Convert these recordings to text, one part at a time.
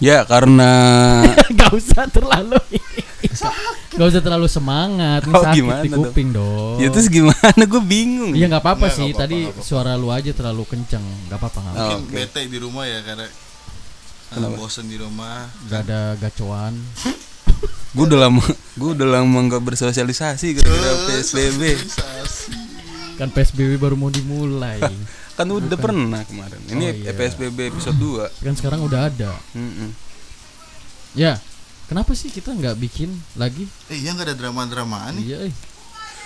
Ya karena Gak usah terlalu Gak usah terlalu semangat Ini Oh, sakit gimana di dong? kuping dong ya terus gimana gue bingung. Iya nggak apa-apa Nggak, sih nggak apa-apa, Tadi nggak apa-apa. suara lu aja terlalu kenceng Gak apa-apa nggak apa-apa. Oh, Mungkin oke. bete di rumah ya karena ah, bosen di rumah. Nggak ada gacoan Gue udah lama gue udah lama nggak bersosialisasi gara-gara PSBB. Kan PSBB baru mau dimulai Kan udah pernah kemarin. Ini Oh, iya. PSBB episode 2. Kan sekarang udah ada Heeh. Ya Kenapa sih kita nggak bikin lagi? Eh, iya nggak ada drama-dramaan nih. Iya, eh. Ya.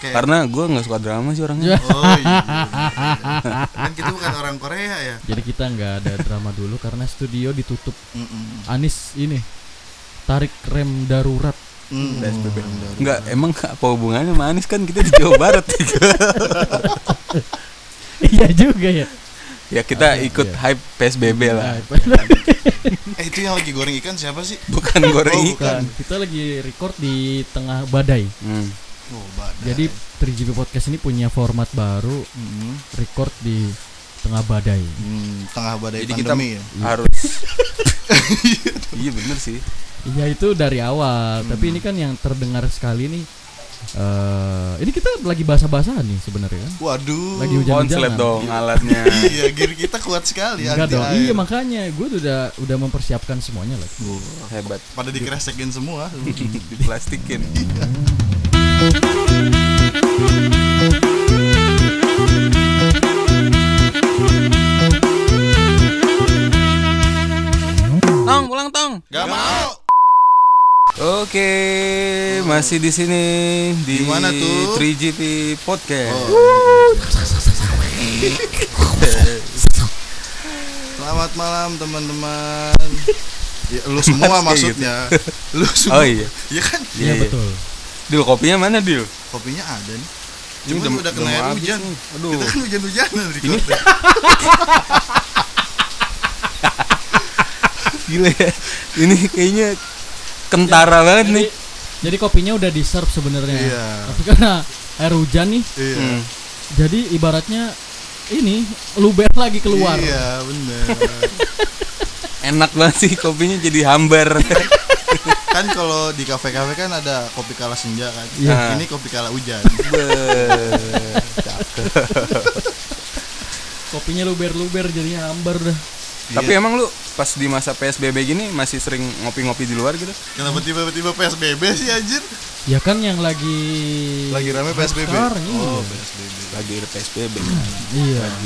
Kayak Karena gue nggak suka drama sih orangnya. Oh iya. kan kita bukan orang Korea ya. Jadi kita nggak ada drama dulu karena studio ditutup. Mm-mm. Anis ini tarik rem darurat. Mm. Enggak, emang apa hubungannya sama Anies kan kita di Jawa Barat. Iya juga ya. ya Ah, kita iya, ikut hype PSBB Nah, lah. Eh itu yang lagi goreng ikan siapa sih? Bukan goreng Oh, ikan. Bukan, kita lagi record di tengah badai. Hmm. Oh, badai. Jadi 3GP Podcast ini punya format baru Mm. record di tengah badai. Mm, tengah badai Jadi kita pandemi ya. harus. iya bener sih. Iya itu dari awal, tapi ini kan yang terdengar sekali nih eh ini kita lagi bahasa-bahasan nih sebenarnya kan. Waduh. Lagi hujan. Konslet Jangan-jangan. dong alatnya. Iya, gear kita kuat sekali Enggak anti dong. air. Iya makanya gue udah udah mempersiapkan semuanya lah. Wah, Hebat. Pada dikeresekin semua. Diplastikin. Tong, pulang Tong. Gak mau. Oke, masih di sini di Di mana tuh? 3GP Podcast. Selamat malam teman-teman. Ya, lu semua Mas, kayak maksudnya. Lu Oh, semua. iya. Ya kan gitu. Iya Iya, iya. betul. Dil kopinya mana Dil? kopinya ada nih. Ini Cuma udah- udah udah kena mau air habis hujan. nih. Aduh. Kita kan hujan-hujanan di kota. Gila ya. Ini kayaknya kentara banget Jadi, nih. jadi kopinya udah di serve sebenarnya. Iya. Tapi karena air hujan nih, Iya. Hmm. jadi ibaratnya ini luber lagi keluar. Iya, bener. Enak banget sih kopinya jadi hambar. kan kalau di kafe-kafe kan ada kopi kala senja kan. Iya. Ini kopi kala hujan. Be. Kopinya luber-luber jadinya hambar dah. Tapi emang lu pas di masa PSBB gini masih sering ngopi-ngopi di luar gitu? Kenapa tiba-tiba PSBB sih anjir? Ya kan yang lagi Lagi rame PSBB. sekarang, iya. Oh, PSBB. Lagi ada PSBB. Iya. Apa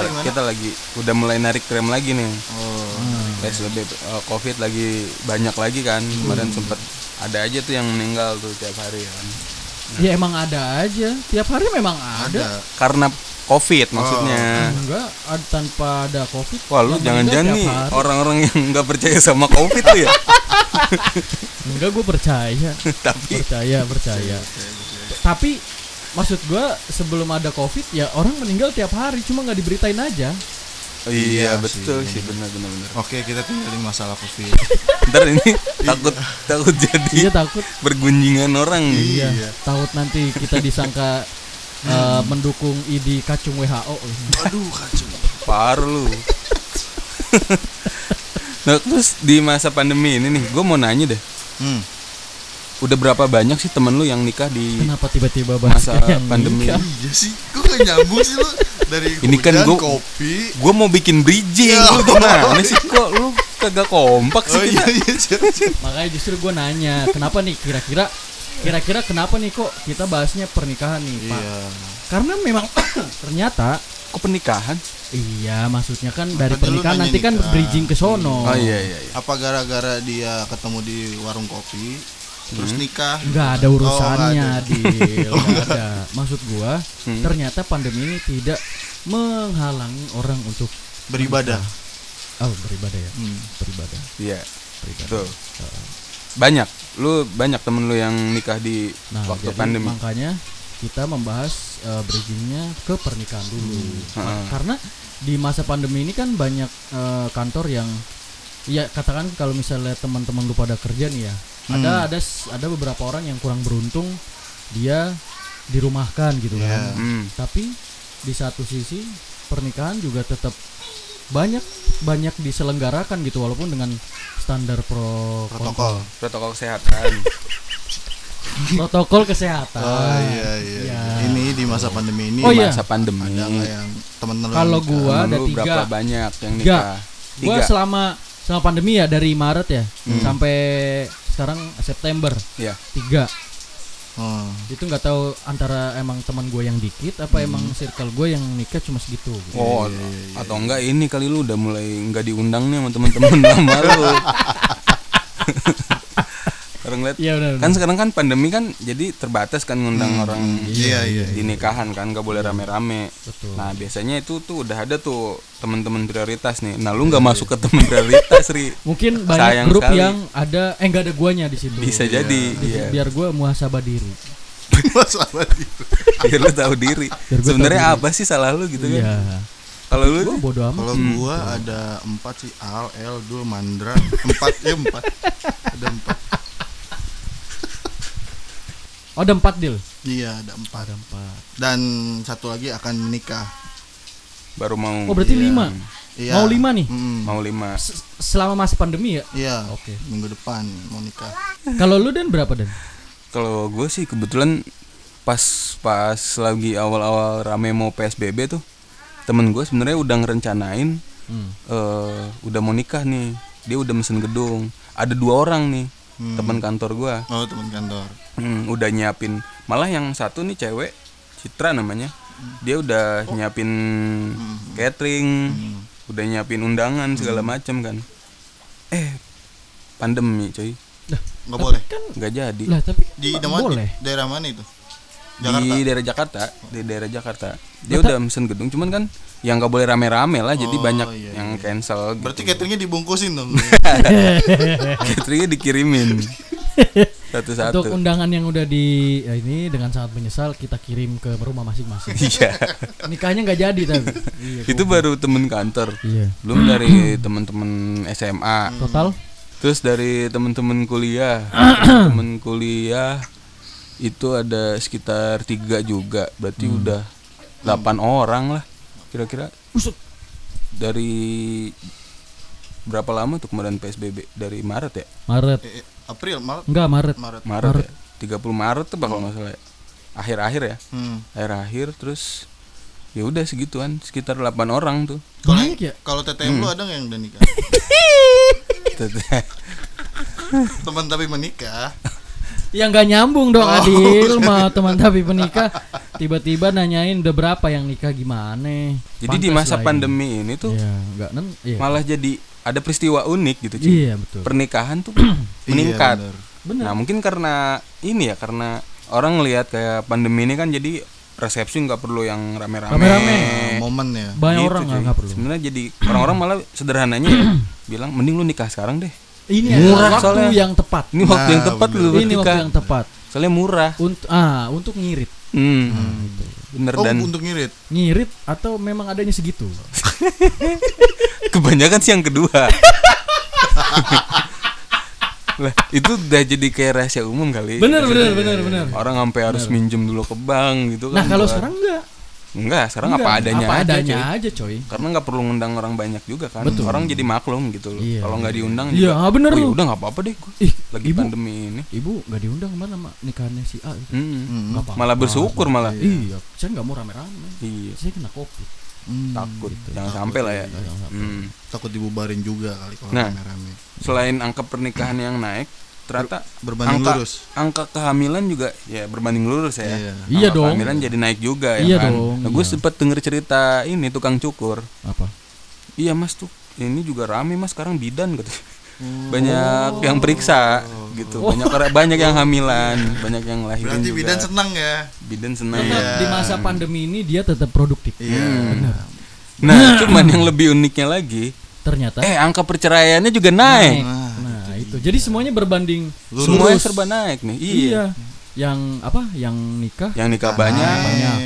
Kita- gimana? Kita lagi udah mulai narik rem lagi nih. Oh. PSBB eh, Covid lagi banyak lagi kan. Kemarin sempet ada aja tuh yang meninggal tuh tiap hari kan. Ya emang ada aja. Tiap hari memang ada. Ada. Karena Covid maksudnya. Enggak, ad- tanpa ada Covid. Wah lu Oh. yang jangan-jangan meninggal nih tiap hari. orang-orang yang nggak percaya sama covid tuh ya Enggak gue percaya. Tapi percaya, percaya. Tapi maksud gue sebelum ada Covid ya orang meninggal tiap hari cuma nggak diberitain aja. Iya Iya betul sih. sih benar benar benar Oke, kita tinggalin masalah Covid. Ntar ini takut takut Iya jadi takut. bergunjingan orang nih Iya. Takut nanti kita disangka Hmm. eh, mendukung ID kacung WHO. Aduh, kacau. Parah lu Nah terus di masa pandemi ini nih Gue mau nanya deh Hmm. Udah berapa banyak sih temen lu yang nikah di Kenapa tiba-tiba bahas masa yang pandemi nikah? Iya sih, kok gak nyambung sih lu dari Ini kan hujan, gua- kopi. Gue mau bikin bridging Ya. Lu gimana sih kok lu kagak kompak Oh sih iya iya. siap, siap. Makanya justru gue nanya kenapa nih kira-kira kira-kira kenapa nih kok kita bahasnya pernikahan nih Pak? Iya. Karena memang ternyata Kok pernikahan? iya maksudnya kan dari Makanya lu pernikahan nanya nanti kan nikah. bridging ke sono. Oh iya iya iya Apa gara-gara dia ketemu di warung kopi Hmm. terus nikah? nggak ada Oh, urusannya nggak Hmm. di ada maksud gua ternyata pandemi ini tidak menghalangi orang untuk Beribadah. oh beribadah ya Hmm. beribadah Iya beribadah Betul Banyak Lu banyak temen lu yang nikah di nah waktu jadi pandemi makanya kita membahas eh, bridgingnya ke pernikahan dulu Hmm. Ma- karena di masa pandemi ini kan banyak eh, kantor yang ya katakan kalau misalnya teman-teman lu pada kerja nih ya Hmm. ada ada s- ada beberapa orang yang kurang beruntung dia dirumahkan gitu kan Hmm. tapi di satu sisi pernikahan juga tetap banyak banyak diselenggarakan gitu walaupun dengan standar pro protokol protokol kesehatan protokol kesehatan. Ah, oh iya iya Iya. ini di masa pandemi ini Oh, iya. masa pandemi ada nggak yang temen lu Hmm. Kalau nikah? gua Temen ada lu tiga. berapa banyak yang Tiga. nikah Gua tiga Hmm. selama selama pandemi ya dari Maret ya sampai sekarang September ya tiga Hmm. itu nggak tahu antara emang teman gue yang dikit apa Hmm. emang circle gue yang nikah cuma segitu gitu. oh atau enggak ini kali lu udah mulai nggak diundang nih sama teman-teman lama lu Orang lihat Iya benar. kan sekarang kan pandemi kan jadi terbatas kan ngundang orang iya iya di nikahan kan nggak boleh rame-rame Betul. nah biasanya itu tuh udah ada tuh teman-teman prioritas nih nah lu nggak masuk ke teman prioritas ri Mungkin banyak Sayang grup sekali. yang ada eh nggak ada guanya di situ. bisa jadi iya Biar gue muhasabah diri. masalah itu biar lu tahu diri Biar gua sebenarnya apa sih salah lu gitu kan Iya. kalau lu Gue bodo amat. Kalau gua ada empat sih Al, L, Dul, Mandra, empat ya empat, ada empat. Oh ada empat deal. Iya ada empat. Ada empat. Dan satu lagi akan menikah. baru mau Oh berarti lima. Iya. Mau lima Hmm. nih? Mm-mm. mau lima S- Selama masa pandemi ya. Iya. Oke. Minggu depan mau nikah. Kalau lu dan berapa dan? kalau gue sih kebetulan pas pas lagi awal-awal rame mau psbb tuh temen gue sebenarnya udah ngerencanain Hmm. eh udah mau nikah nih dia udah mesen gedung ada dua orang nih teman kantor gua Oh teman kantor. Hmm, udah nyiapin malah yang satu nih cewek Citra namanya dia udah nyiapin catering udah nyiapin undangan segala macam kan eh pandemi cuy Nggak boleh. nggak jadi Lah tapi Di Pak, daerah boleh. daerah mana itu? di daerah Jakarta di daerah Jakarta dia udah mesen gedung cuman kan yang nggak boleh rame-rame lah jadi banyak yang cancel gitu. Berarti cateringnya dibungkusin dong. cateringnya Gitu dikirimin Untuk satu-satu undangan yang udah di ya ini dengan sangat menyesal kita kirim ke rumah masing-masing. iya Nikahnya nggak jadi tapi. iya. itu baru temen kantor Iya. belum dari temen-temen SMA Total terus dari temen-temen kuliah temen kuliah itu ada sekitar tiga juga berarti Hmm. udah delapan orang lah kira-kira Buset. dari berapa lama tuh kemarin PSBB dari Maret ya Maret. Eh, eh, April, Maret, Enggak Maret. Maret. Maret, ya 30 Maret tuh bakal nggak salah ya. akhir-akhir ya Hmm. akhir-akhir terus ya udah segituan sekitar 8 orang tuh Banyak ya? Kalau Hmm. TTM lu ada nggak yang udah nikah? Teman tapi menikah. Ya nggak nyambung dong Oh. Adil mau teman tapi menikah tiba-tiba nanyain udah berapa yang nikah gimana. jadi di masa pandemi ini tuh Iya, enggak nen iya. malah jadi ada peristiwa unik gitu cuy Iya betul. pernikahan tuh meningkat bener. nah mungkin karena ini ya karena orang ngelihat kayak pandemi ini kan jadi resepsi nggak perlu yang rame-rame Rame-rame. Nah, momen ya. Banyak gitu, orang nggak cuy. nggak perlu. sebenarnya jadi orang-orang malah sederhananya ya, bilang mending lu nikah sekarang deh Ini adalah waktu soalnya. yang tepat. ini waktu yang tepat lu buat Ini waktu nikah yang tepat. soalnya murah Untuk ah untuk ngirit. hmm. bener Oh dan untuk ngirit. Ngirit atau memang adanya segitu? kebanyakan sih yang kedua lah itu udah jadi kayak rahasia umum kali Bener bener bener bener. orang sampai harus minjem dulu ke bank gitu kan Nah kalau buat- sekarang enggak. Enggak, sekarang apa adanya Iya. Apa aja, cuy. adanya Hmm. aja coy. Karena nggak perlu ngundang orang banyak juga kan. Orang jadi maklum gitu loh. Iya. Kalau nggak diundang Iya, juga. bener "Oh, ya lu. udah nggak apa-apa deh. gua Ih, Lagi pandemi ini. Ibu nggak diundang kemana mak nikahannya si A. Mm-mm. Hmm. Nggak apa-apa. Hmm. Malah bersyukur malah. Hmm. Iya, Hmm, saya nggak mau rame-rame. Iya. Saya kena covid. Takut. gitu. Jangan sampai lah ya. Mm. Hmm. Takut dibubarin juga kali kalau Nah. rame-rame. Selain angka pernikahan yang naik, ternyata Berbanding angka, lurus. angka kehamilan juga ya berbanding lurus ya. Iya. Angka Iya dong. Kehamilan jadi naik juga ya Iya kan. dong, Nah, gue iya. sempat denger cerita ini tukang cukur. Apa? Iya mas tuh ini juga rame mas sekarang bidan gitu. Banyak yang periksa gitu. Banyak orang banyak yang hamilan, banyak yang lahirin Berarti juga. bidan Iya. senang ya. Bidan senang. Di masa pandemi ini dia tetap produktif. Nah, cuman yang lebih uniknya lagi, Ternyata. eh angka perceraiannya juga naik. Nah itu. Jadi semuanya berbanding. Semuanya serba naik nih. Iya. Iya. Yang apa? Yang nikah. Yang nikah Nah, banyak, Banyak.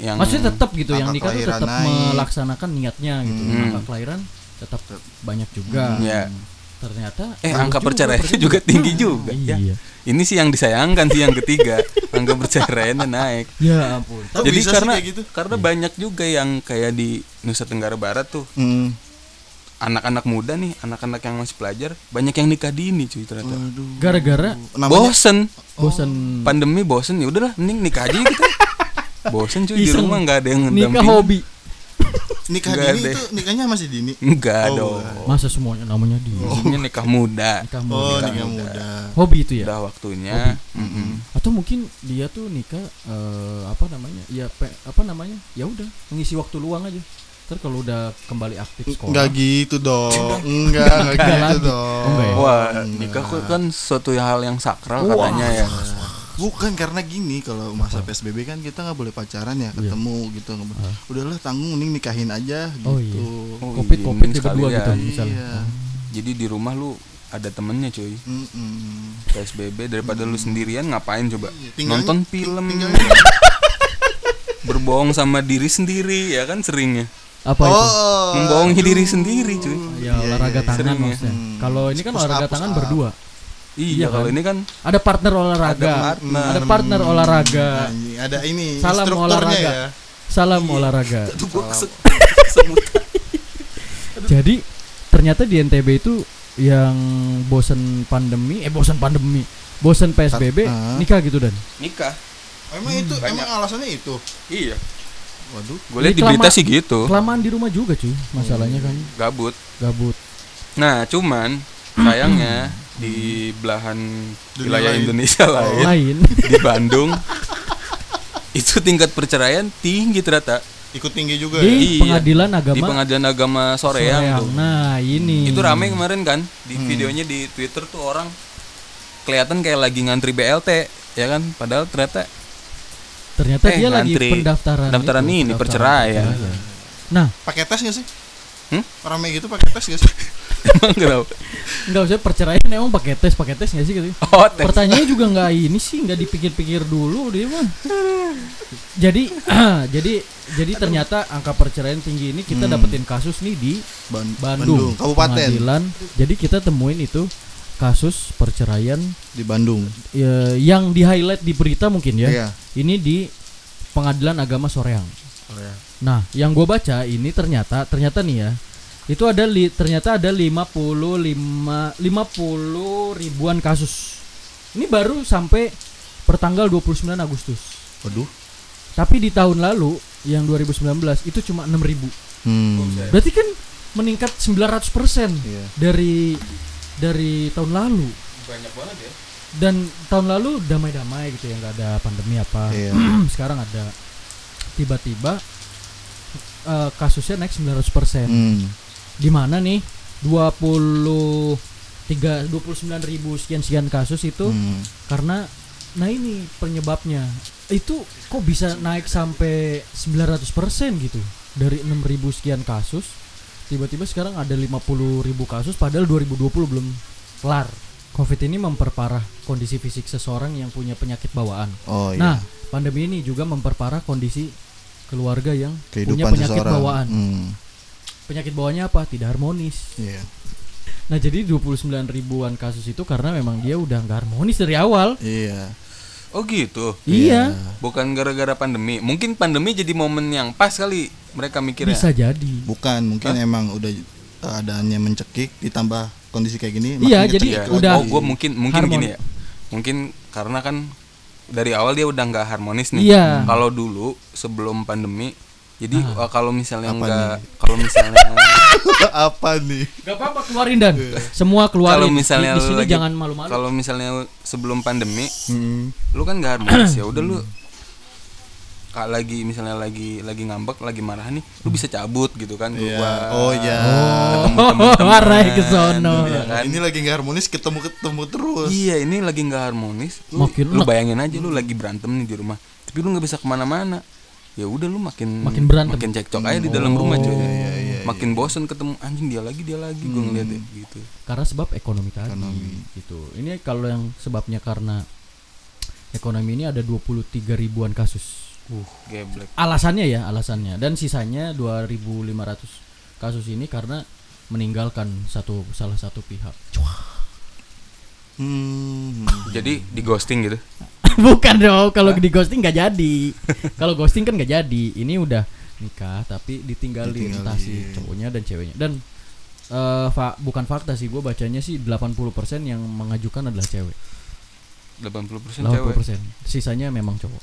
yang Maksudnya tetap gitu. Yang nikah tuh kelahiran tetap naik. melaksanakan niatnya gitu. Hmm. Angka kelahiran tetap banyak juga. ya. Ternyata. Eh banyak angka juga perceraiannya juga tinggi juga ya. Iya. Ini sih yang disayangkan sih yang ketiga, angka perceraiannya naik. Ya ampun. Kok Jadi bisa sih karena Iya. kayak gitu? karena banyak juga yang kayak di Nusa Tenggara Barat tuh Hmm. anak-anak muda nih anak-anak yang masih pelajar banyak yang nikah dini cuy ternyata Hmm. Waduh. gara-gara Namanya bosen Oh. bosan pandemi bosen ya udahlah mending nikah aja kita bosen cuy di Iseng. rumah nggak ada yang Oh. nikah ngedampingin. hobi nikah Enggak dini deh. Hmm. itu nikahnya masih dini. Enggak Oh, dong. masa semuanya namanya di Maksudnya nikah muda. nikah Oh, muda. nikah muda. hobi itu ya Udah waktunya. Hmm. Mm-mm. atau mungkin dia tuh nikah eh, apa namanya ya pe- apa namanya ya udah mengisi waktu luang aja terus kalau udah kembali aktif sekolah Enggak gitu dong. Enggak, enggak gitu lagi. dong. Enggak ya? Wah, nikah kok kan suatu hal yang sakral katanya ya. Bukan karena gini kalau masa PSBB kan kita nggak boleh pacaran Iya. ya, ketemu gitu. Nggak boleh. Udahlah tanggung mending nikahin aja gitu. Oh, Oh, covid iya, covid mungkin kedua gitu sekalian. misalnya Iya. Jadi di rumah lu ada temennya cuy. Mm-mm. PSBB daripada lu sendirian ngapain coba? Tinggalnya- Nonton ting- film. tinggalnya- Berbohong sama diri sendiri ya kan seringnya. apa itu Oh, iya, Membohongi diri sendiri cuy. ya olahraga tangan Sering ya. maksudnya Hmm. kalau ini kan Push up, olahraga push tangan up. berdua Iya, Iya kalau kan? ini kan ada partner olahraga Ada partner. Nah, ada partner olahraga Anjing, Nah, iya, ada ini Salam Hmm. instrukturnya olahraga. ya. salam olahraga Tuh gua kesel- jadi ternyata di NTB itu yang bosen pandemi eh bosen pandemi bosen PSBB Ah. nikah gitu dan nikah. Emang Hmm, itu banyak. emang alasannya itu. Iya. Waduh. Gue lihat di Ini berita kelama- sih gitu. kelamaan di rumah juga cuy masalahnya kan Oh. Gabut. gabut Nah, cuman sayangnya di belahan Dunia wilayah lain. Oh. Indonesia lain lain di Bandung itu tingkat perceraian tinggi ternyata Ikut tinggi juga di ya. Iya. pengadilan agama di pengadilan agama Soreang. Soreang tuh. nah ini Itu rame kemarin kan di Hmm. videonya di Twitter tuh orang kelihatan kayak lagi ngantri BLT ya kan padahal ternyata ternyata eh, dia lagi ngantri. pendaftaran Pendaftaran itu, ini, pendaftaran perceraian. perceraian. nah Pakai tes nggak sih? Hmm? Rame gitu pakai tes nggak sih? emang kenapa? nggak usah perceraian emang pakai tes pakai tes nggak sih gitu Oh, tes. pertanyaannya juga nggak ini sih nggak dipikir-pikir dulu dia mah jadi jadi jadi ternyata angka perceraian tinggi ini kita dapetin kasus nih di Ban- Bandung, Hmm. kabupaten pengadilan jadi kita temuin itu kasus perceraian di Bandung. eh, yang di highlight di berita mungkin ya Iya. ini di pengadilan agama Soreang Oh, ya. nah yang gue baca ini ternyata ternyata nih ya itu ada li, ternyata ada 55 50 ribuan kasus ini baru sampai pertanggal 29 Agustus Waduh. tapi di tahun lalu yang 2019 itu cuma 6000 Hmm. Berarti kan meningkat 900% Iya. dari dari tahun lalu. Dan tahun lalu damai-damai gitu ya nggak ada pandemi apa. Iya. Sekarang ada tiba-tiba eh, kasusnya naik 900%. Hmm. Di mana nih 20 tiga 29.000 sekian sekian kasus itu Hmm. karena nah ini penyebabnya itu kok bisa naik sampai 900% gitu dari 6000 sekian kasus tiba-tiba sekarang ada 50.000 kasus padahal 2020 belum kelar covid ini memperparah kondisi fisik seseorang yang punya penyakit bawaan Oh iya. nah pandemi ini juga memperparah kondisi keluarga yang punya Kehidupan penyakit seseorang. bawaan Hmm. penyakit bawaannya apa tidak harmonis Iya. nah jadi 29 ribuan kasus itu karena memang dia udah nggak harmonis dari awal Iya. Oh gitu. iya Bukan gara-gara pandemi. Mungkin pandemi jadi momen yang pas kali mereka mikirnya. bisa jadi Bukan mungkin emang udah keadaannya mencekik ditambah kondisi kayak gini Iya, makin jadi ngecekik Iya. lagi. udah. Oh, gue mungkin mungkin Harmon- gini ya. Mungkin karena kan dari awal dia udah nggak harmonis nih. Iya. Ah. Kalau dulu sebelum pandemi, jadi eh, kalau misalnya Apa nggak, kalau misalnya apa nih? Gak apa-apa keluarin dan semua Iya. keluarin. kalau misalnya di, di lu sini lagi- jangan malu-malu. Kalau misalnya sebelum pandemi, Hmm. lu kan nggak harmonis ya. Udah Hmm. lu kak lagi misalnya lagi lagi ngambek, lagi marah nih, lu Hmm. bisa cabut gitu kan Iya. keluar. Oh iya. Oh, arahnya ke sono. Iya kan? Ini lagi nggak harmonis ketemu ketemu terus. Iya ini lagi nggak harmonis. Lu, Makin lu enak. bayangin aja lu lagi berantem nih di rumah, tapi lu nggak bisa kemana-mana. Ya udah lu makin Makin berantem. makin cekcok aja di dalam rumah cuy. makin bosen ketemu anjing dia lagi dia lagi gue ngeliat ya gitu. Karena sebab ekonomi tadi gitu. Ini kalau yang sebabnya karena ekonomi ini ada 23 ribuan kasus. Uh, geblek. Alasannya ya, alasannya. Dan sisanya 2.500 kasus ini karena meninggalkan satu salah satu pihak. Hmm. Jadi di ghosting gitu. Bukan dong, kalau di ghosting nggak jadi. kalau ghosting kan nggak jadi. Ini udah nikah tapi ditinggalin, entah si cowoknya dan ceweknya. Dan eh, eh, fa- bukan fakta sih gue bacanya sih 80% yang mengajukan adalah cewek 80% cewek 80% sisanya memang cowok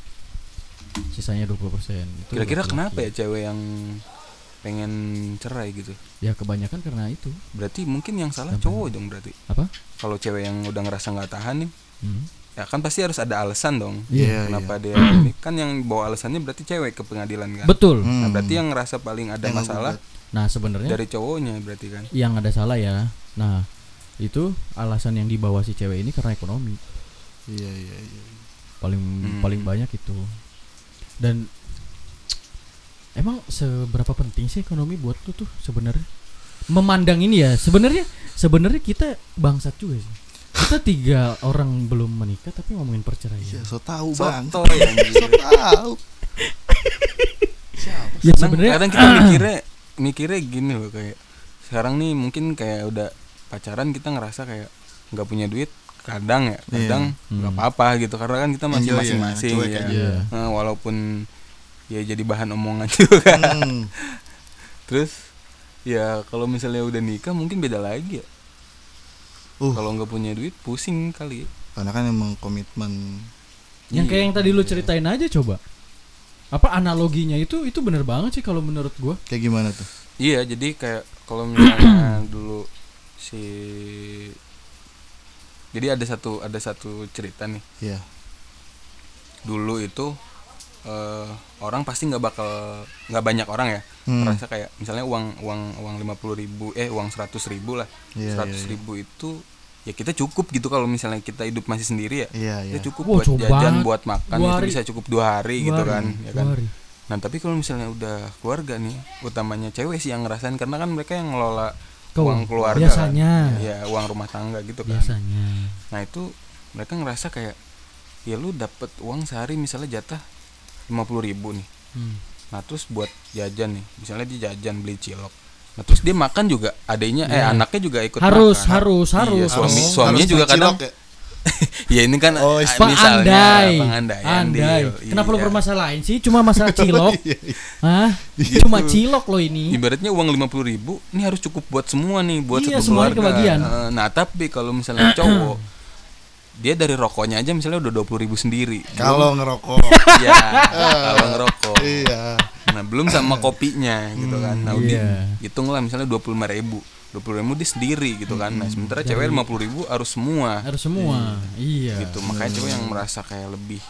sisanya 20% itu kira-kira laki-laki. kenapa ya cewek yang pengen cerai gitu ya kebanyakan karena itu berarti mungkin yang salah cowok dong berarti apa kalau cewek yang udah ngerasa nggak tahan nih Hmm. ya kan pasti harus ada alasan dong Iya, kenapa dia ini kan yang bawa alasannya berarti cewek ke pengadilan kan betul hmm. nah berarti yang ngerasa paling ada masalah nah ya? sebenarnya dari cowoknya berarti kan yang ada salah ya nah itu alasan yang dibawa si cewek ini karena ekonomi Iya, iya, iya. paling Hmm. paling banyak itu dan emang seberapa penting sih ekonomi buat lu tuh sebenarnya memandang ini ya sebenarnya sebenarnya kita bangsat juga sih kita tiga orang belum menikah tapi ngomongin Iya, perceraian so tahu, Bang. soto ya So tahu. Siapa? ya Kadang- sebenarnya kadang kita mikirnya mikirnya gini loh kayak sekarang nih mungkin kayak udah pacaran kita ngerasa kayak nggak punya duit kadang ya kadang nggak apa-apa gitu karena kan kita masih Iya. Hmm. Enjoy ya, masing-masing cuek ya, aja. Nah, walaupun ya jadi bahan omongan juga kan. Hmm. terus ya kalau misalnya udah nikah mungkin beda lagi ya Uh, kalau nggak punya duit pusing kali ya. karena kan emang komitmen yang kayak yang tadi Iya. lu ceritain aja coba apa analoginya itu itu bener banget sih kalau menurut gua kayak gimana tuh? iya jadi kayak kalau misalnya dulu si jadi ada satu ada satu cerita nih Iya. dulu itu eh, orang pasti nggak bakal nggak banyak orang ya Hmm. merasa kayak misalnya uang uang uang lima ribu eh uang seratus ribu lah Iya, seratus ribu itu ya kita cukup gitu kalau misalnya kita hidup masih sendiri ya Iya, iya. kita cukup Wah, buat coba jajan banget. buat makan Dua itu hari. bisa cukup dua hari gitu Dua kan hari, ya dua kan hari. nah tapi kalau misalnya udah keluarga nih utamanya cewek sih yang ngerasain karena kan mereka yang ngelola Kau- uang keluarga kan. biasanya. ya uang rumah tangga gitu kan biasanya Nah itu mereka ngerasa kayak ya lu dapet uang sehari misalnya jatah 50.000 ribu nih. Hmm. Nah terus buat jajan nih, misalnya dia jajan beli cilok. Nah terus dia makan juga adanya eh anaknya juga ikut Iya. harus makan. harus harus Iya, suami dong. suaminya Harus juga cilok kadang. ya? ya ini kan Oh, eh, Pengandai. pengandaian Andai. deal. Kenapa lu Iya. permasalahin sih? Cuma masalah cilok. Iya, Hah? Cuma cilok lo ini. Ibaratnya uang 50.000 ribu ini harus cukup buat semua nih buat Iya, satu semuanya keluarga. kebagian. Eh, Nah tapi kalau misalnya cowok dia dari rokoknya aja misalnya udah 20.000 ribu sendiri. Kalau ngerokok. ya kalau ngerokok iya. nah belum sama kopinya gitu kan nah udah iya. hitunglah misalnya dua puluh ribu dua ribu dia sendiri gitu kan nah Hmm, sementara cewek lima ribu harus semua Harus semua. Iya. gitu makanya cewek yang merasa kayak lebih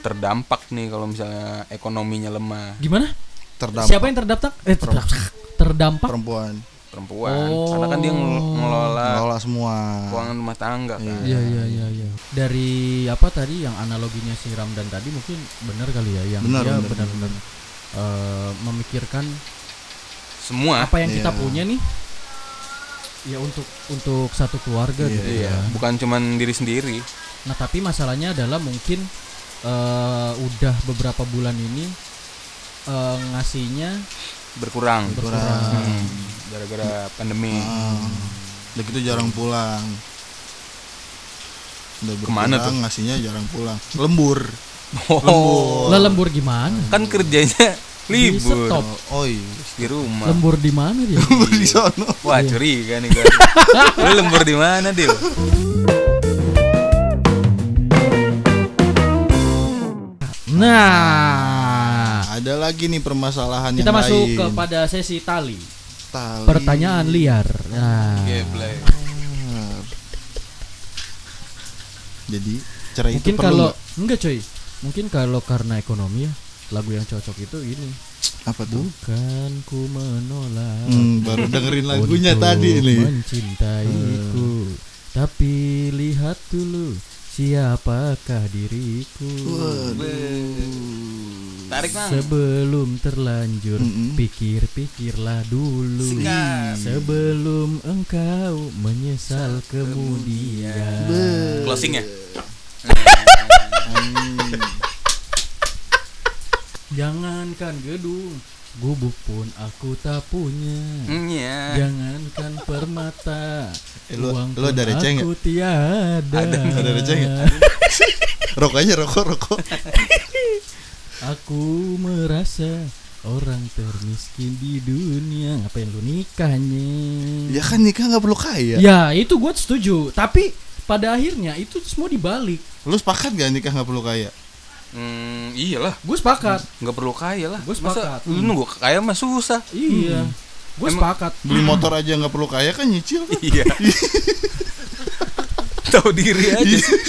terdampak nih kalau misalnya ekonominya lemah Gimana? Terdampak Siapa yang terdaftar? Eh, terdaftar. Terdampak. perempuan. perempuan karena kan dia ngel- ngelola Ngelola semua. keuangan rumah tangga kan Iya, iya, iya, iya. Dari apa tadi yang analoginya si Ramdan tadi mungkin benar kali ya yang Benar, dia benar, benar-benar eh, memikirkan semua apa yang kita Iya. punya nih ya untuk untuk satu keluarga gitu iya ya. bukan cuman diri sendiri Nah tapi masalahnya adalah mungkin eh, udah beberapa bulan ini eh, ngasihnya berkurang berkurang. Hmm, gara-gara pandemi Ah, Udah gitu jarang pulang. Udah Kemana berpulang, Ngasihnya jarang pulang. Lembur. oh Lah, lembur gimana? kan kerjanya Di libur stop. Oh iya. di rumah Lembur di mana dia? Di sono. Wah curiga nih gue. Lu lembur di mana Dil? Nah, Ada lagi nih permasalahan kita yang masuk lain. kepada sesi tali. Tali. Pertanyaan liar. Nah, Geblek. Benar. Jadi cerai mungkin itu perlu kalau nggak? enggak coy, mungkin kalau karena ekonomi ya lagu yang cocok itu ini apa tuh? Uh. bukan ku menolak Hmm, baru Oh, dengerin lagunya Untuk tadi nih. Mencintaiku, tapi lihat dulu siapakah diriku Tarik nang. sebelum terlanjur Mm-mm. pikir-pikirlah dulu sebelum engkau menyesal kemudian. Closing ya. Jangankan gedung, gubuk pun aku tak punya. Iya. Jangankan permata, Eh, lu- uang lu pun ada receh aku tiada. Ada ada receh nggak? Rokok aja rokok rokok. Aku merasa Orang termiskin di dunia Ngapain lu nikah anjing Ya kan nikah nggak perlu kaya. Ya itu gue setuju Tapi pada akhirnya itu semua dibalik Lu sepakat gak nikah nggak perlu kaya? Hmm, iyalah, Gue sepakat nggak perlu kaya lah. Gua Masa sepakat. lu nunggu kaya mah susah. Iya Hmm. Gue Emang- sepakat Beli motor aja nggak perlu kaya kan nyicil kan? Iya. Tahu diri aja. sih.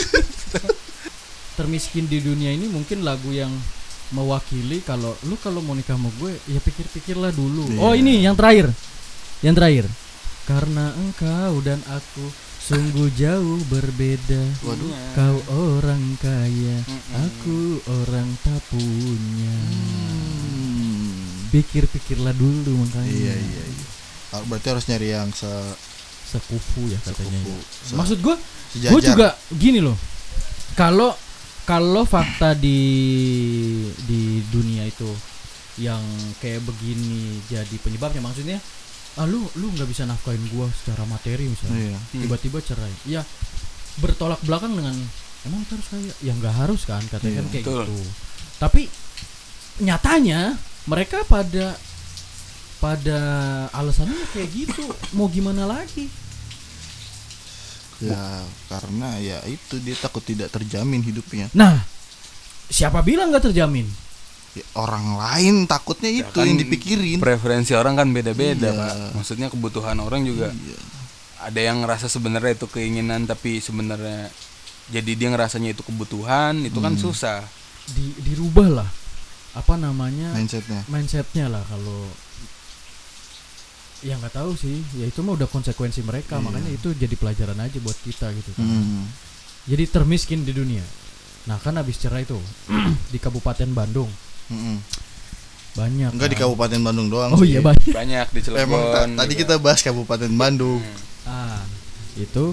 Termiskin di dunia ini mungkin lagu yang mewakili kalau lu kalau mau nikah sama gue ya pikir-pikirlah dulu. Iya. Oh ini yang terakhir. Yang terakhir. Karena engkau dan aku sungguh jauh berbeda. Waduh. Iya. Kau orang kaya, aku orang tak punya. Hmm. Pikir-pikirlah dulu makanya. Iya iya iya. Ah, Berarti harus nyari yang se Sekufu ya katanya. sekupu, se- Maksud gue sejajar. gue juga gini loh kalau kalau fakta di di dunia itu yang kayak begini jadi penyebabnya maksudnya ah lu lu nggak bisa nafkahin gua secara materi misalnya Iya. Hmm. tiba-tiba cerai ya bertolak belakang dengan emang kita harus kaya ya nggak harus kan katanya Iya, kan kayak betul. gitu tapi nyatanya mereka pada pada alasannya kayak gitu mau gimana lagi Ya karena ya itu dia takut tidak terjamin hidupnya. Nah, siapa bilang nggak terjamin? Ya, orang lain takutnya itu kan yang dipikirin. Preferensi orang kan beda-beda, Iya. Pak. Maksudnya kebutuhan orang juga Iya. ada yang ngerasa sebenarnya itu keinginan tapi sebenarnya jadi dia ngerasanya itu kebutuhan, itu kan Hmm. susah. Di, dirubah lah apa namanya Mindsetnya. mindsetnya lah kalau ya nggak tahu sih ya itu mah udah konsekuensi mereka makanya itu jadi pelajaran aja buat kita gitu kan Iya. Hmm. jadi termiskin di dunia nah kan habis cerai tuh di kabupaten Bandung Mm-mm. banyak Hmm. Enggak di kan. Kabupaten Bandung doang. oh iya sih. banyak Banyak di Cilegon. Emang ta- tadi Ya. juga. kita bahas Kabupaten Bandung. Ah, itu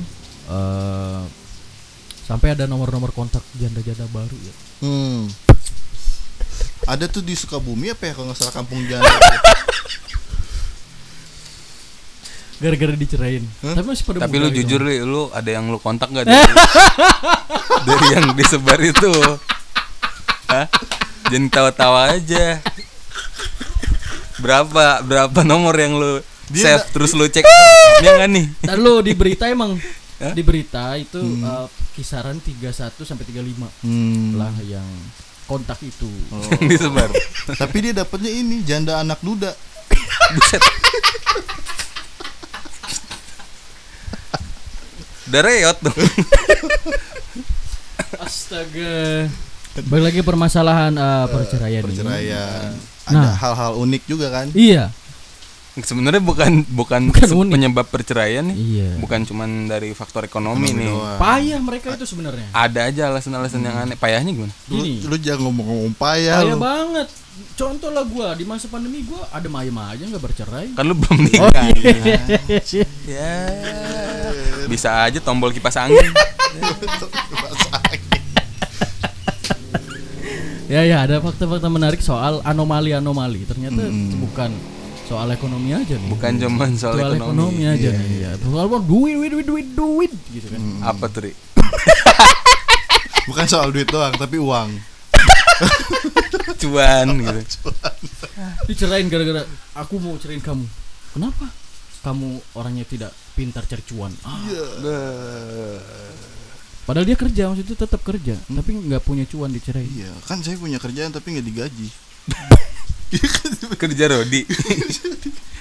eh, sampai ada nomor-nomor kontak janda-janda baru ya Hmm. Ada tuh di Sukabumi apa ya kalau nggak salah kampung janda. gara-gara dicerain Hah? tapi masih pada Tapi muda lu gitu. jujur Li, lu ada yang lu kontak gak dari, dari yang disebar itu? Hah? Jangan tawa-tawa aja. Berapa berapa nomor yang lu Dia save terus lu cek? Iya nggak nih? Ntar lu di berita emang Hah? di berita itu uh, kisaran 31 sampai 35 Hmm. Oh. lah yang kontak itu. Yang disebar. Tapi dia dapatnya ini janda anak duda. Buset. Udah reot tuh. Astaga. Balik lagi permasalahan uh, perceraian, ini. Eh, Perceraian. Ada Nah. hal-hal unik juga kan. Iya. Sebenarnya bukan bukan, Bukan se- unik. penyebab perceraian nih. Iya. Bukan cuman dari faktor ekonomi, nih. Doang. Payah mereka itu sebenarnya. Ada aja alasan-alasan yang aneh. Payahnya gimana? Ah, Lu, Gini. lu jangan ngomong-ngomong payah Payah ya, lu. banget. Contoh lah gua di masa pandemi gua ada ayam aja nggak bercerai. Kan lu belum Oh, nikah. iya. Iya Ya. Bisa aja tombol kipas angin. ya ya ada fakta-fakta menarik soal anomali-anomali. Ternyata Hmm. bukan soal ekonomi aja nih. Bukan Kan cuman soal soal ekonomi. ekonomi, aja Iya, nih ya. Soal mau duit duit duit duit duit gitu kan. Hmm. Apa tuh, Ri? Bukan soal duit doang, tapi uang. Cuan gitu. Dicerain gara-gara aku mau cerain kamu. Kenapa? Kamu orangnya tidak pintar cari cuan. Ah, Iya. Nah, Padahal dia kerja maksud itu tetap kerja, Hmm. tapi nggak punya cuan dicerai. Iya, kan saya punya kerjaan tapi nggak digaji. Kerja Rodi.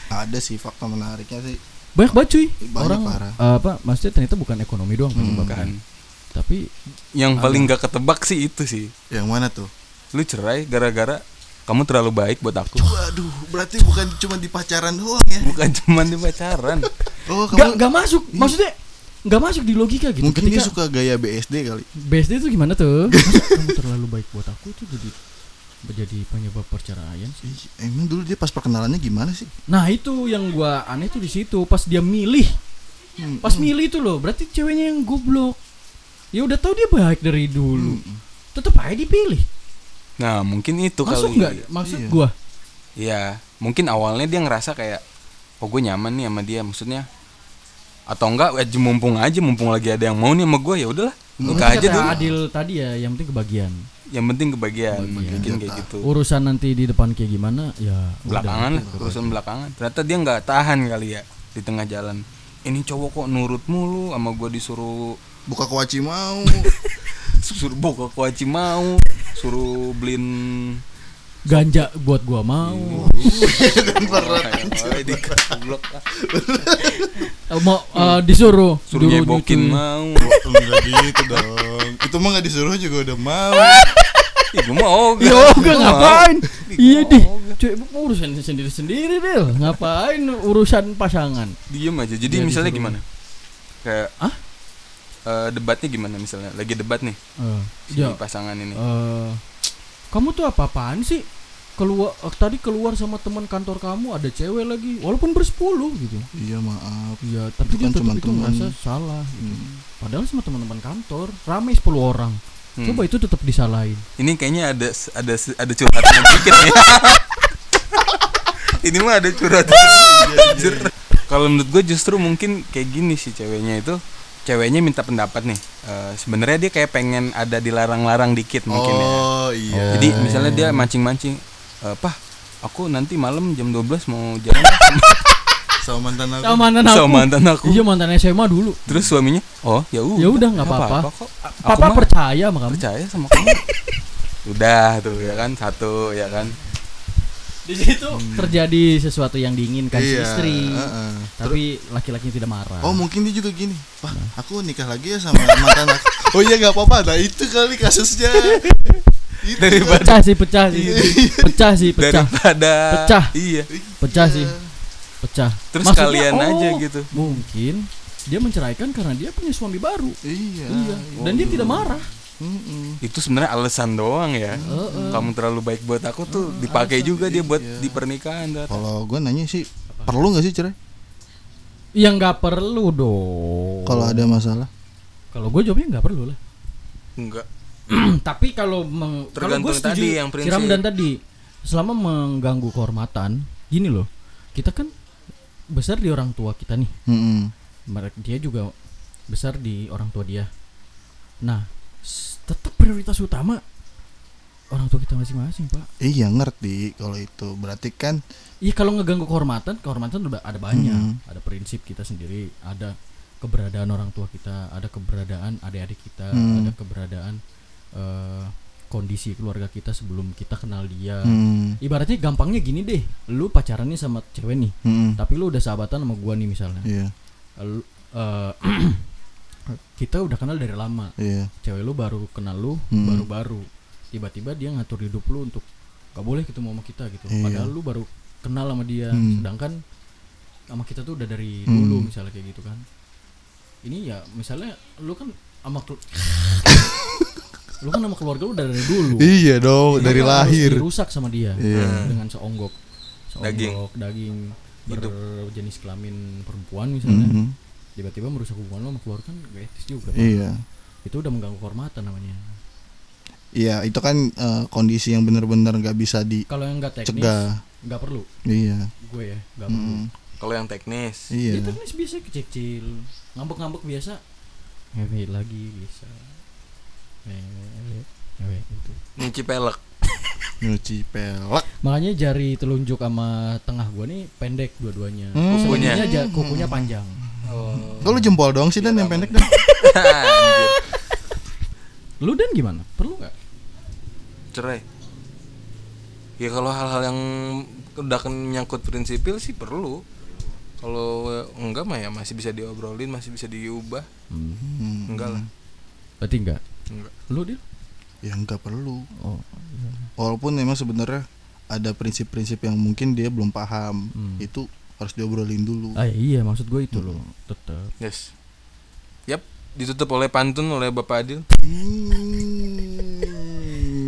Ada sih fakta menariknya sih. Banyak banget cuy. Banyak Orang eh, parah. Hmm. apa maksudnya ternyata bukan ekonomi doang penyebabnya. Bukan. Tapi kan. Yang paling gak ketebak sih itu sih. Yang mana tuh? Lu cerai gara-gara kamu terlalu baik buat aku. Waduh, berarti bukan cuma di pacaran doang ya. Bukan cuman di pacaran. Oh, nggak kamu nggak masuk. Maksudnya nggak masuk di logika gitu. mungkin dia Ketika suka gaya BSD kali. BSD itu gimana tuh? Maksud kamu terlalu baik buat aku itu jadi menjadi penyebab perceraian sih. Ih, Emang dulu dia pas perkenalannya gimana sih? Nah itu yang gua aneh tuh di situ pas dia milih, Hmm, pas milih itu loh, berarti ceweknya yang goblok. Ya udah tahu dia baik dari dulu, tetep aja dipilih. Nah, mungkin itu Masuk kali. nggak? Maksud Iya. gua, Iya, mungkin awalnya dia ngerasa kayak oh gue nyaman nih sama dia maksudnya atau enggak eh, mumpung aja mumpung lagi ada yang mau nih sama gue ya udahlah Ini nikah aja kata dulu Adil tadi ya, yang penting kebagian. yang penting kebagian bikin kayak gitu urusan nanti di depan kayak gimana ya udah belakangan lah urusan belakangan ternyata dia nggak tahan kali ya di tengah jalan ini cowok kok nurut mulu sama gue disuruh buka kuaci mau suruh buka kuaci mau suruh beliin ganja buat gua mau Wah, di goblok. Eh, mau eh, disuruh suruh dulu nyebokin nyuci. mau enggak gitu dong itu mah nggak disuruh juga udah mau Ih, gua mau Iya, Gua mau. gak ngapain? Iya deh, cuy, urusan sendiri sendiri deh. Ngapain urusan pasangan? diem aja jadi Jadi misalnya suruh. gimana kayak Hah? eh, debatnya gimana misalnya lagi debat nih Eh, si ya, pasangan ini eh, kamu tuh apa apaan sih? Keluar eh, tadi keluar sama teman kantor kamu ada cewek lagi, walaupun bersepuluh gitu. iya maaf Iya, tapi Itu kan dia tetap cuma itu teman. merasa salah. gitu. Hmm. Padahal sama teman-teman kantor, ramai 10 orang. Hmm. Coba itu tetap disalahin. ini kayaknya ada ada ada curhatnya dikit nih ini mah ada curhatnya Jujur. kalau menurut gue justru mungkin kayak gini sih ceweknya itu ceweknya minta pendapat nih Eh, sebenarnya dia kayak pengen ada dilarang-larang dikit mungkin ya oh iya Jadi misalnya dia mancing-mancing, "Eh, Pah, aku nanti malam jam 12 mau jalan sama, sama mantan aku Sama mantan sama aku. mantan aku." Iya mantan SMA dulu. Terus suaminya, "Oh, ya udah. Ya udah nggak apa-apa. kok. A- aku Papa mah percaya sama kamu. percaya sama kamu." udah tuh ya kan satu ya kan. Di situ terjadi sesuatu yang diinginkan si Iya, istri. heeh. Tapi laki-laki tidak marah. Oh mungkin dia juga gini Pak aku nikah lagi ya sama mantan aku Oh iya gak apa-apa Nah itu kali kasusnya Itu Daripada- pecah sih, pecah sih. Pecah sih, pecah. Daripada Pecah. Iya. Pecah sih. Pecah. Terus Maksudnya, kalian oh, aja gitu. Mungkin dia menceraikan karena dia punya suami baru. Iya Iya. Dan dia tidak marah. Mm-mm. Itu sebenarnya alasan doang ya. Kamu terlalu baik buat aku tuh dipakai juga dia iya. buat di pernikahan. Dad. Oh. Kalau gue nanya sih Perlu gak sih cerai? Ya nggak perlu dong. Kalau ada masalah Kalau gue jawabnya nggak perlu lah. Enggak. Tapi kalau meng- kalau Tergantung gue setuju tadi yang prinsip. Kiram dan tadi selama mengganggu kehormatan, gini loh. Kita kan besar di orang tua kita nih. Mm-mm. mereka dia juga besar di orang tua dia. Nah, s- tetap prioritas utama orang tua kita masing-masing, Pak. Iya ngerti kalau itu Berarti kan Iya, kalau ngeganggu kehormatan, kehormatan udah ada banyak. Hmm. Ada prinsip kita sendiri, ada keberadaan orang tua kita, ada keberadaan adik-adik kita, Hmm. ada keberadaan eh, kondisi keluarga kita sebelum kita kenal dia. Mm. Ibaratnya gampangnya gini deh, lu pacarannya sama cewek nih, Mm-mm. tapi lu udah sahabatan sama gua nih misalnya. Iya Lu- eh, kita udah kenal dari lama Iya cewek lu baru kenal lu Hmm. baru-baru tiba-tiba dia ngatur hidup lu untuk gak boleh ketemu sama kita gitu Iya. padahal lu baru kenal sama dia Hmm. sedangkan sama kita tuh udah dari Hmm. dulu misalnya kayak gitu kan ini ya misalnya lu kan sama kelu- lu kan sama keluarga lu udah dari dulu Iya Lu dong dari kan harus lahir dirusak sama dia Iya. dengan seonggok seonggok Daging. daging, berjenis kelamin perempuan misalnya Mm-mm. tiba-tiba merusak hubungan lu sama keluarga kan gak etis juga Pak. Hmm. Iya itu udah mengganggu kehormatan namanya Iya itu kan eh, kondisi yang benar-benar gak bisa kalau yang nggak teknis dicegah nggak perlu Iya gue ya nggak perlu Mm-mm. Kalau yang teknis. Iya ya teknis biasa kecil-kecil ngambek-ngambek biasa ngewe lagi bisa Ngewe, ngewe, ngewe, gitu. Nyuci pelek. Nyuci pelek makanya jari telunjuk sama tengah gue nih pendek dua-duanya Hmm. Kukunya. kukunya aja kukunya panjang Oh. Kalau Oh, jempol doang sih dan Iya, yang pendek dan Anjir. lu dan gimana perlu nggak cerai ya kalau hal-hal yang udah ken- menyangkut prinsipil sih perlu kalau eh, enggak mah ya masih bisa diobrolin masih bisa diubah Hmm. Hmm. enggak lah berarti enggak enggak lu dia ya nggak perlu oh walaupun memang sebenarnya ada prinsip-prinsip yang mungkin dia belum paham Hmm. itu harus diobrolin dulu ah, iya maksud gue itu loh Hmm. tetap yes yap ditutup oleh pantun oleh bapak Adil Hmm.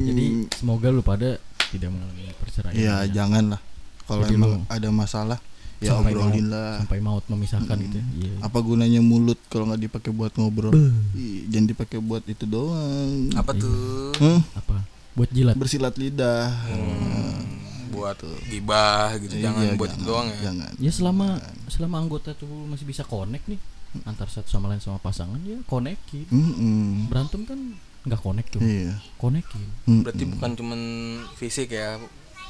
jadi semoga lu pada tidak mengalami perceraian ya iya. jangan lah kalau Jadi emang lu- ada masalah ya Sampai obrolin mau- lah sampai maut memisahkan gitu ya. Iya. apa gunanya mulut kalau nggak dipakai buat ngobrol Ih, jangan dipakai buat itu doang apa tuh Hah? apa buat jilat bersilat lidah buat gibah gitu Iya, Hmm. jangan buat itu doang ya jangan ya selama selama anggota tubuh masih bisa connect nih antar satu sama lain sama pasangan ya konekin Mm-mm. berantem kan nggak connect tuh Iya. konekin Mm, Berarti mm. bukan cuman fisik ya.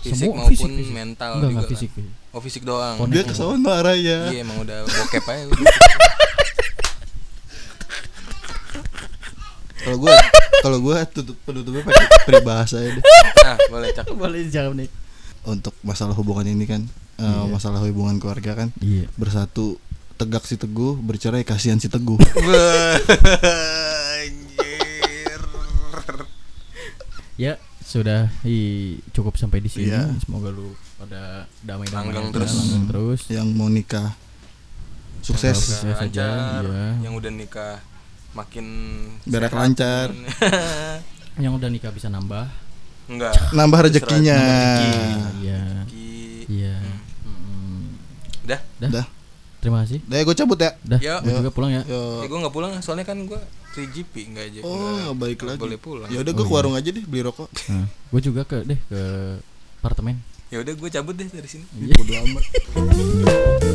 Fisik Mhm. Semua maupun fisik, fisik. mental nggak juga. nggak fisik kan. Oh, fisik doang. Konek. dia kesono arah ya. Iya, emang udah bokep aja. Kalau gua kalau gua tutup penutupnya pakai peribahasa aja deh. Nah, boleh cak. boleh jawab nih Untuk masalah hubungan ini kan eh, Iya. masalah hubungan keluarga kan iya bersatu tegak si teguh bercerai kasihan si teguh Anjir. ya sudah i, cukup sampai di sini Iya. semoga lu pada damai damai Langgang terus. terus yang mau nikah sukses Sukses. Udah aja, lancar, iya. yang udah nikah makin Berak sehat. lancar. yang udah nikah bisa nambah Enggak. nambah rezekinya Eh. iya Ki- iya Udah. udah terima kasih deh gue cabut ya dah Yo. gua juga pulang ya Eh, Yo. gue nggak pulang soalnya kan gue 3GP nggak aja. oh nggak- balik nggak lagi Boleh pulang. ya udah gue ke warung aja deh beli rokok gue juga ke deh ke apartemen Ya udah gue cabut deh dari sini. Bodo amat